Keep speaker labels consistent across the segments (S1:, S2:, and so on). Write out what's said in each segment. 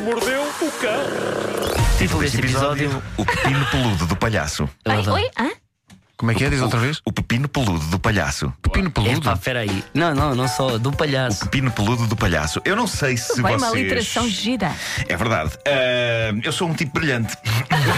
S1: mordeu o cão.
S2: Título deste episódio:
S3: O pepino peludo do palhaço.
S2: Eu
S4: Ai,
S2: adoro.
S4: oi? Ah, Hã?
S5: Como é que é? Diz outra vez?
S3: O pepino peludo do palhaço.
S5: Pepino peludo.
S2: Epá, peraí. Não, não, não só. Do palhaço.
S3: Pepino peludo do palhaço. Eu não sei se
S4: Bem,
S3: vocês.
S4: uma literação gira.
S3: É verdade. Ah, eu sou um tipo brilhante.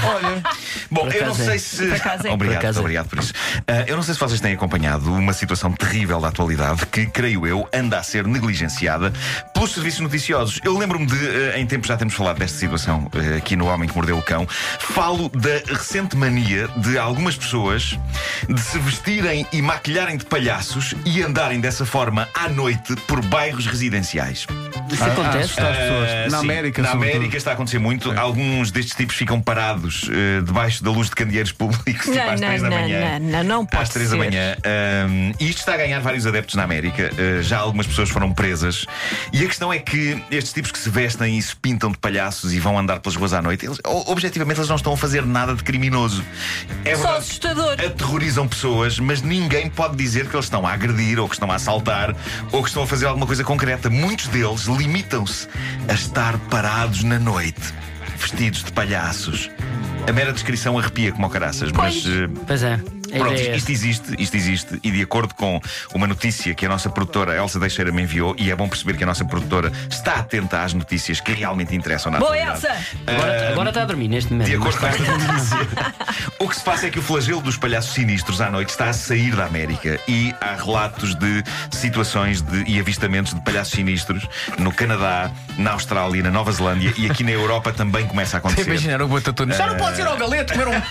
S3: Olha. Bom,
S2: Por
S3: eu não
S2: acaso é.
S3: sei se.
S4: Por acaso é.
S3: Obrigado,
S2: Por acaso é.
S3: obrigado por isso. Ah, eu não sei se vocês têm acompanhado uma situação terrível da atualidade que, creio eu, anda a ser negligenciada pelos serviços noticiosos. Eu lembro-me de, ah, em tempo já temos falado desta situação ah, aqui no Homem que Mordeu o Cão, falo da recente mania de algumas pessoas de se vestirem e maquilharem de palhaços e andarem dessa forma à noite por bairros residenciais.
S2: Isso acontece?
S5: assustar as pessoas.
S3: Ah,
S5: na
S3: sim.
S5: América,
S3: Na
S5: sobretudo.
S3: América está a acontecer muito. Alguns destes tipos ficam parados eh, debaixo da luz de candeeiros públicos, tipo
S4: Não,
S3: às
S4: não,
S3: 3 da
S4: não,
S3: manhã.
S4: não, não, não pode
S3: Às três da
S4: ser.
S3: manhã. Ahm, e isto está a ganhar vários adeptos na América. Ah, já algumas pessoas foram presas. E a questão é que estes tipos que se vestem e se pintam de palhaços e vão andar pelas ruas à noite, eles, o- objetivamente, eles não estão a fazer nada de criminoso. É
S4: Só
S3: verdade que
S4: assustador.
S3: aterrorizam pessoas, mas ninguém pode dizer que eles estão a agredir, ou que estão a assaltar, ou que estão a fazer alguma coisa concreta. Muitos deles limitam-se a estar parados na noite, vestidos de palhaços. A mera descrição arrepia como ao caraças, mas.
S4: Pois.
S3: eh,
S2: Pois é. A
S3: Pronto,
S2: ideia é essa.
S3: isto existe, isto existe, e de acordo com uma notícia que a nossa produtora Elsa Deixeira me enviou, e é bom perceber que a nossa produtora está atenta às notícias que realmente interessam na
S4: Boa,
S3: atualidade.
S4: Elsa!
S2: Agora, agora está a dormir neste momento.
S3: eh, De acordo com
S2: mas-
S3: esta notícia, o que se passa é que o flagelo dos palhaços sinistros à noite está a sair da América e há relatos de situações de- e avistamentos de palhaços sinistros no Canadá, na Austrália, na Nova Zelândia e aqui na Europa também começa a acontecer.
S5: Imaginar o Batatone. Já não podes ir ao galeto comer um,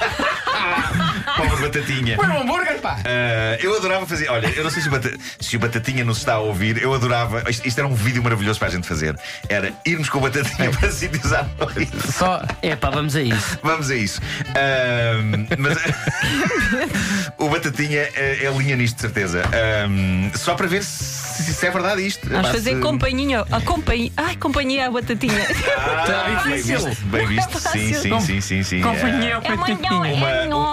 S3: Pobre batatinha.
S5: comer um hambúrguer, pá!
S3: Ah, eu adorava fazer. Olha, eu não sei se o, Bata- se o Batatinha nos está a ouvir, eu adorava. Isto, isto era um vídeo maravilhoso para a gente fazer. Era irmos com o Batatinha para sítios à noite.
S5: Só.
S2: É pá, vamos a isso.
S3: Vamos a isso. Ahm, mas o Batatinha eh, é linha nisto, de certeza. Ahm, só para ver se, se é verdade isto.
S4: Vamos
S3: Pá,
S4: fazer
S3: se-
S4: companhia. A companhia. Ai, companhia à batatinha. É
S3: Ah,
S5: Tá
S3: bem
S5: difícil.
S3: visto, bem visto. Sim, sim, sim, sim. sim. Ah,
S4: É manhã, é
S3: uma-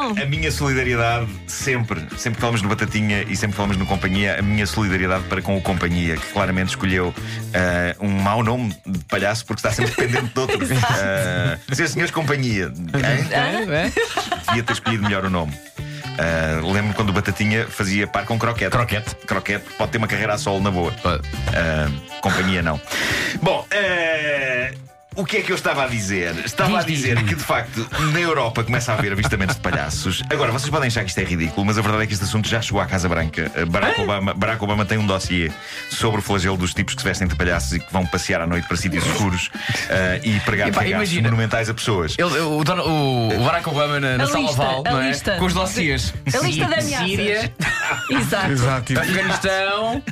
S4: manhã.
S3: a minha solidariedade sempre, sempre que falamos no Batatinha e sempre que falamos no Companhia, a minha solidariedade para com o Companhia, que claramente escolheu ah, um mau nome de palhaço porque está sempre dependente de outro. Ah, Dizer senhores Companhia, hein?
S5: É, é.
S3: devia ter escolhido melhor o nome. Ah, Lembro-me quando o Batatinha fazia par com Croquete. Croquete. Croquete pode ter uma carreira a solo na boa. Ah, companhia não. Bom, eh, o que é que eu estava a dizer? Estava a dizer que, de facto, na Europa começa a haver avistamentos de palhaços. Agora, vocês podem achar que isto é ridículo, mas a verdade é que este assunto já chegou à Casa Branca. Eh, Barack Obama, Barack Obama tem um dossiê sobre o flagelo dos tipos que se vestem de palhaços e que vão passear à noite para sítios escuros eh, e pregar
S5: Epá,
S3: regaços
S5: imagina.
S3: monumentais a pessoas.
S5: Ele- o, Dona- o- o Barack Obama na, na
S4: A
S5: sala
S4: lista,
S5: oval,
S4: a
S5: não é?
S4: lista.
S5: Com os dossiers.
S4: A lista de ameaças.
S5: Síria,
S4: Exato.
S5: Exato. Afeganistão,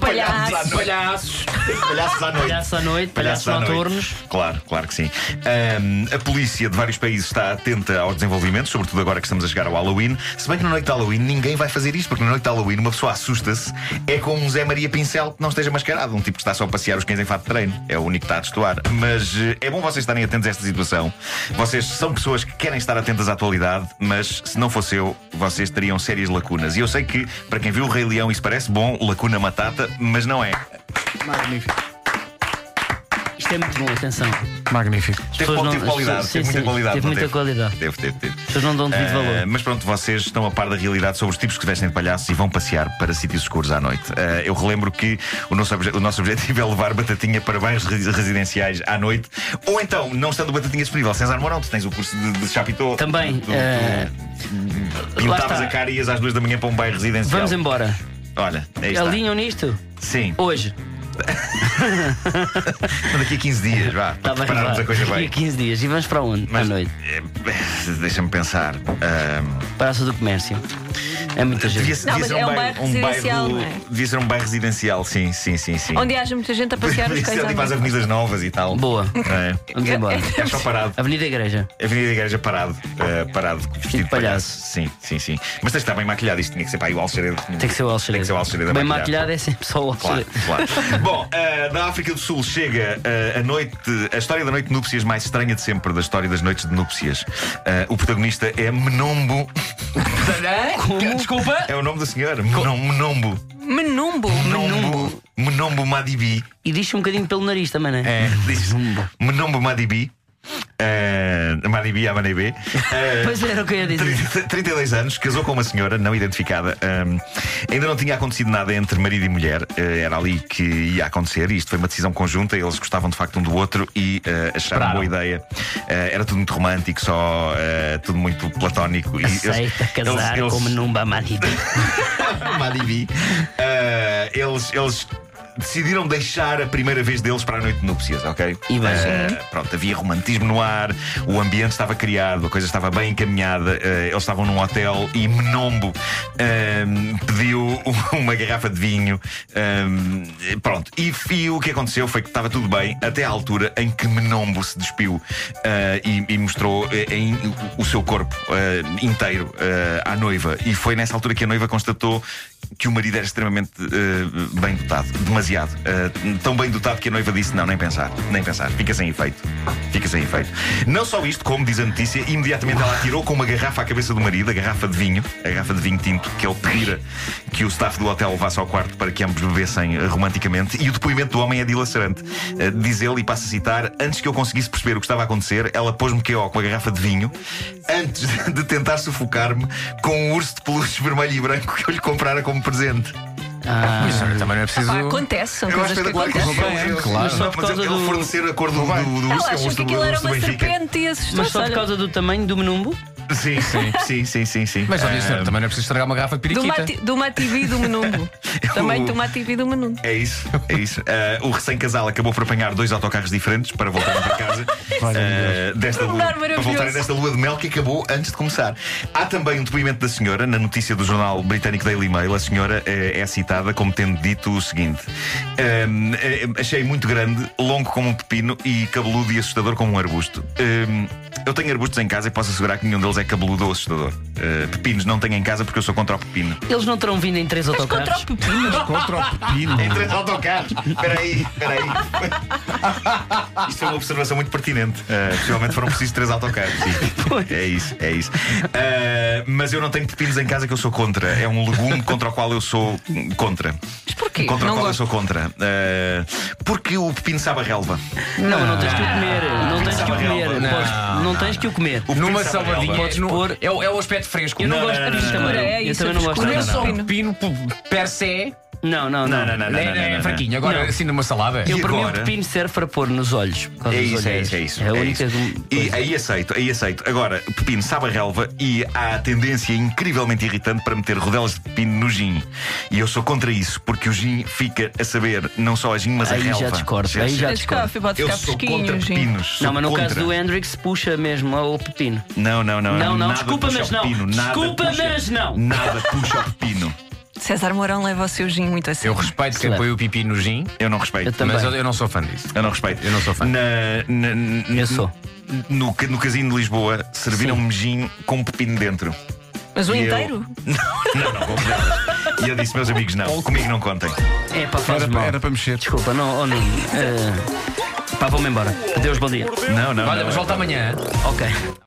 S4: Palhaço.
S5: palhaços.
S3: Palhaços à noite.
S2: Palhaço à noite, palhaços
S3: à noite.
S2: noturnos.
S3: Claro, claro que sim. Ahm, a polícia de vários países está atenta ao desenvolvimento, sobretudo agora que estamos a chegar ao Halloween. Se bem que na noite de Halloween ninguém vai fazer isto, porque na noite de Halloween uma pessoa assusta-se. É com um Zé Maria Pincel que não esteja mascarado, um tipo que está só a passear os cães em fato de treino. É o único que está a destoar. Mas eh, é bom vocês estarem atentos a esta situação. Vocês são pessoas que querem estar atentas à atualidade, mas se não fosse eu, vocês teriam sérias lacunas. E eu sei que, para quem viu o Rei Leão, isso parece bom, lacuna matata, mas não é.
S5: Magnífico.
S2: Isto é muito bom, atenção. As
S5: Magnífico.
S3: Teve,
S2: pessoas
S3: qual-
S2: não-
S3: teve
S2: as
S3: qualidade,
S2: pessoas-
S3: teve
S2: sim,
S3: muita
S2: sim,
S3: qualidade.
S2: Teve
S3: não
S2: muita qualidade. As
S3: Teve, teve, teve.
S2: pessoas não dão devido
S3: Ah,
S2: valor.
S3: mas pronto, vocês estão a par da realidade sobre os tipos que se vestem de palhaços e vão passear para sítios escuros à noite. Ah, eu relembro que o nosso, obje- o nosso objetivo é levar batatinha para bairros resi- residenciais à noite. Ou então, não estando batatinha disponível, César Mourão, tu tens o curso de, de Chapitó.
S2: Também,
S3: Tu- tu-
S2: ah,
S3: tu
S2: lá
S3: Pintavas
S2: está.
S3: a cara e ias às duas da manhã para um bairro residencial.
S2: Vamos embora.
S3: Olha, aí está.
S2: Alinham nisto?
S3: Sim,
S2: Hoje.
S3: daqui a 15 dias, vá.
S2: Está
S3: para
S2: Tá bem,
S3: prepararmos
S2: vá.
S3: a coisa
S2: Daqui a
S3: bem.
S2: 15 dias. E vamos para onde? À noite.
S3: eh, Deixa-me pensar. Ah,
S2: Praça do Comércio. É muita gente.
S3: Devia,
S4: Não,
S3: devia
S4: mas
S3: ser
S4: é
S3: um
S4: um
S3: bairro,
S4: bairro
S3: um
S4: residencial,
S3: bairro
S4: não é?
S3: devia ser um bairro residencial, sim, sim, sim, sim.
S4: Onde haja muita gente a passear os
S3: devia
S4: cães
S3: ser
S4: à
S3: tipo às
S4: noite.
S3: avenidas novas e tal.
S2: Boa.
S3: Não é?
S2: Vamos embora.
S3: É só parado.
S2: Avenida Igreja.
S3: Avenida da Igreja parado. eh, parado, vestido de palhaço. Sim, sim, sim. Mas tens de estar bem maquilhado, isto tinha que ser para aí o Alxeredo.
S2: Tem que ser o Alxerede.
S3: Tem que ser o Alxeredo a
S2: Bem
S3: maquilhar.
S2: maquilhado é sempre só o
S3: Claro,
S2: Alxerede.
S3: claro. Bom, eh, da África do Sul chega eh, a noite, a história da noite de núpcias mais estranha de sempre, da história das noites de núpcias. Eh, o protagonista é Menombo.
S5: Desculpa.
S3: É o nome do senhor? Menom- Menombo.
S4: Menumbo.
S3: Menombo, Menombo Madibi.
S2: E diz-se um bocadinho pelo nariz também, não é?
S3: É, diz Menombo Madibi. eh, Madibi, Amanebe. eh,
S2: Pois é, era o que eu ia dizer.
S3: 32 anos, casou com uma senhora não identificada. Ahm, ainda não tinha acontecido nada entre marido e mulher. Eh, era ali que ia acontecer. e Isto foi uma decisão conjunta. Eles gostavam de facto um do outro e eh, acharam
S5: Esperaram.
S3: boa ideia. Eh, era tudo muito romântico, só eh, tudo muito platónico. E eles-
S2: Aceita casar
S3: eles-
S2: com Menumba Maribi.
S3: Madibi. Eh, eles, eles decidiram deixar a primeira vez deles para a noite de núpcias, ok?
S2: E bem.
S3: Eh, pronto, havia romantismo no ar, o ambiente estava criado, a coisa estava bem encaminhada. eh, eles estavam num hotel e Menombo ehm, pediu uma garrafa de vinho. ehm, pronto, e, e o que aconteceu foi que estava tudo bem até à altura em que Menombo se despiu eh, e, e mostrou eh, em- o seu corpo eh, inteiro eh, à noiva. E foi nessa altura que a noiva constatou que o marido era extremamente eh, bem dotado, demasiado. Eh, tão bem dotado que a noiva disse: Não, nem pensar, nem pensar, fica sem efeito. Fica sem efeito. Não só isto, como diz a notícia, imediatamente ela atirou com uma garrafa à cabeça do marido, a garrafa de vinho, a garrafa de vinho tinto, que ele pedira que o staff do hotel levasse ao quarto para que ambos bebessem eh, romanticamente. E o depoimento do homem é dilacerante. Eh, diz ele, e passo a citar: Antes que eu conseguisse perceber o que estava a acontecer, ela pôs-me QO com a garrafa de vinho, antes de tentar sufocar-me com um urso de peluche vermelho e branco que eu lhe comprara como presente.
S2: Ah,
S5: Isso também não é preciso.
S4: Pá, acontece, são
S3: Eu acho
S4: coisas
S3: que
S4: que
S3: é claro que eles
S4: acontecem.
S5: acontece.
S3: não
S5: Mas
S3: Claro.
S2: só por
S3: Mas
S2: causa
S3: ele
S2: do-
S3: fornecer a cor do, do, do urso,
S4: Ela
S3: é um
S4: achou
S3: urso
S4: que
S3: do-
S4: aquilo
S3: do
S4: era
S3: urso do
S4: uma
S3: Benfica.
S4: serpente e assustou
S2: mas só por causa do tamanho do Menumbo?
S3: Sim, sim, sim, sim, sim, sim.
S5: Mas olha,
S3: Ah,
S5: senhora, também não é preciso estragar uma garrafa de
S4: do
S5: periquita.
S4: Mati- do Mativi e do Menumbo. Também do Mativi e do Menumbo.
S3: É isso, é isso. Ah, o recém-casal acabou por apanhar dois autocarros diferentes para voltarem para casa. ah, desta lua,
S4: Um Lugar
S3: para voltarem
S4: maravilhoso.
S3: desta lua de mel que acabou antes de começar. Há também um depoimento da senhora na notícia do jornal britânico Daily Mail. A senhora eh, é citada como tendo dito o seguinte: Ahm, eh, Achei muito grande, longo como um pepino e cabeludo e assustador como um arbusto. Ahm, eu tenho arbustos em casa e posso assegurar que nenhum deles é cabeludo ou assustador. Ah, pepinos não tenho em casa porque eu sou contra o pepino.
S2: Eles não terão vindo em três
S4: Mas contra é o
S2: autocarros?
S4: pepino.
S5: Contra o pepino.
S3: Em três autocarros. Espera aí, espera aí. Isto é uma observação muito pertinente. Uh, possivelmente foram precisos três autocarros. Sim.
S2: Pois.
S3: É isso, é isso. Uh, mas eu não tenho pepinos em casa que eu sou contra. É um legume contra o qual eu sou hum, contra.
S4: Mas porquê?
S3: Contra
S4: Não
S3: o qual
S4: gosto.
S3: eu sou contra. Uh, porque o pepino sabe a relva.
S2: Não, não tens que o comer. Não tens que o
S3: Não,
S2: comer.
S5: não,
S2: Podes- Não tens que o comer.
S3: O pepino
S5: Numa
S3: sabe a relva.
S5: saladinha.
S2: Podes
S5: no-
S2: pôr-
S5: É, o, é o aspecto fresco.
S2: Eu não
S3: Não,
S2: gosto
S3: não,
S2: de peixe
S3: não, não,
S2: amarelo.
S4: não. É
S2: Eu
S4: isso,
S2: também não gosto
S4: frescura.
S5: Não é
S2: de
S5: só
S4: Pepino.
S5: um pepino p- per se.
S2: Não, não,
S3: Não, não,
S2: não.
S3: não, não,
S5: É,
S3: não, não,
S5: é
S3: não.
S5: fraquinho. Agora,
S2: Não.
S5: assim numa salada.
S2: Eu,
S3: E
S2: para mim, o
S3: agora?
S2: pepino serve para pôr nos olhos. por causa
S3: É
S2: dos
S3: isso, é
S2: olheiros.
S3: isso, é isso.
S2: É a
S3: é
S2: única.
S3: isso. E
S2: coisa.
S3: aí aceito, aí aceito. Agora, pepino sabe a relva e há a tendência incrivelmente irritante para meter rodelas de pepino no gin. E eu sou contra isso, porque o gin fica a saber não só a gin, mas a
S2: Aí já
S3: relva.
S2: discordo, aí já-
S4: Mas coffee pode
S3: Eu
S4: ficar
S3: sou contra
S4: fresquinho, gente.
S3: pepinos. sou
S2: Não, mas no
S3: contra.
S2: caso do Hendrix, puxa mesmo ao pepino.
S3: Não, não, não.
S2: Não, não,
S3: nada
S2: desculpa,
S3: puxa
S2: mas
S3: o
S2: não.
S3: Pepino, nada
S2: Desculpa,
S3: puxa-
S2: mas não.
S3: Nada puxa o pepino.
S4: César Mourão leva o seu gin muito assim.
S5: Eu respeito quem
S2: Claro.
S5: põe o pipi no gin,
S3: Eu não respeito.
S2: Eu também.
S5: mas eu, eu não sou fã disso.
S3: Eu não respeito.
S5: Eu não sou fã.
S3: Na, na- na-
S2: Eu sou.
S3: No, ca- no casino de Lisboa, serviram-me gin com pepino dentro.
S4: Mas o
S3: E eu-
S4: inteiro?
S3: Não, não, com rodelas. E eu disse, meus amigos, não. Comigo não contem.
S2: É pá, faz mal.
S5: para mexer.
S2: Desculpa, não, oh, não. eh, pá, vou-me embora. Adeus, bom dia.
S3: Não, não.
S5: Olha,
S3: não,
S5: mas
S3: é-
S5: volta amanhã.
S2: Ok.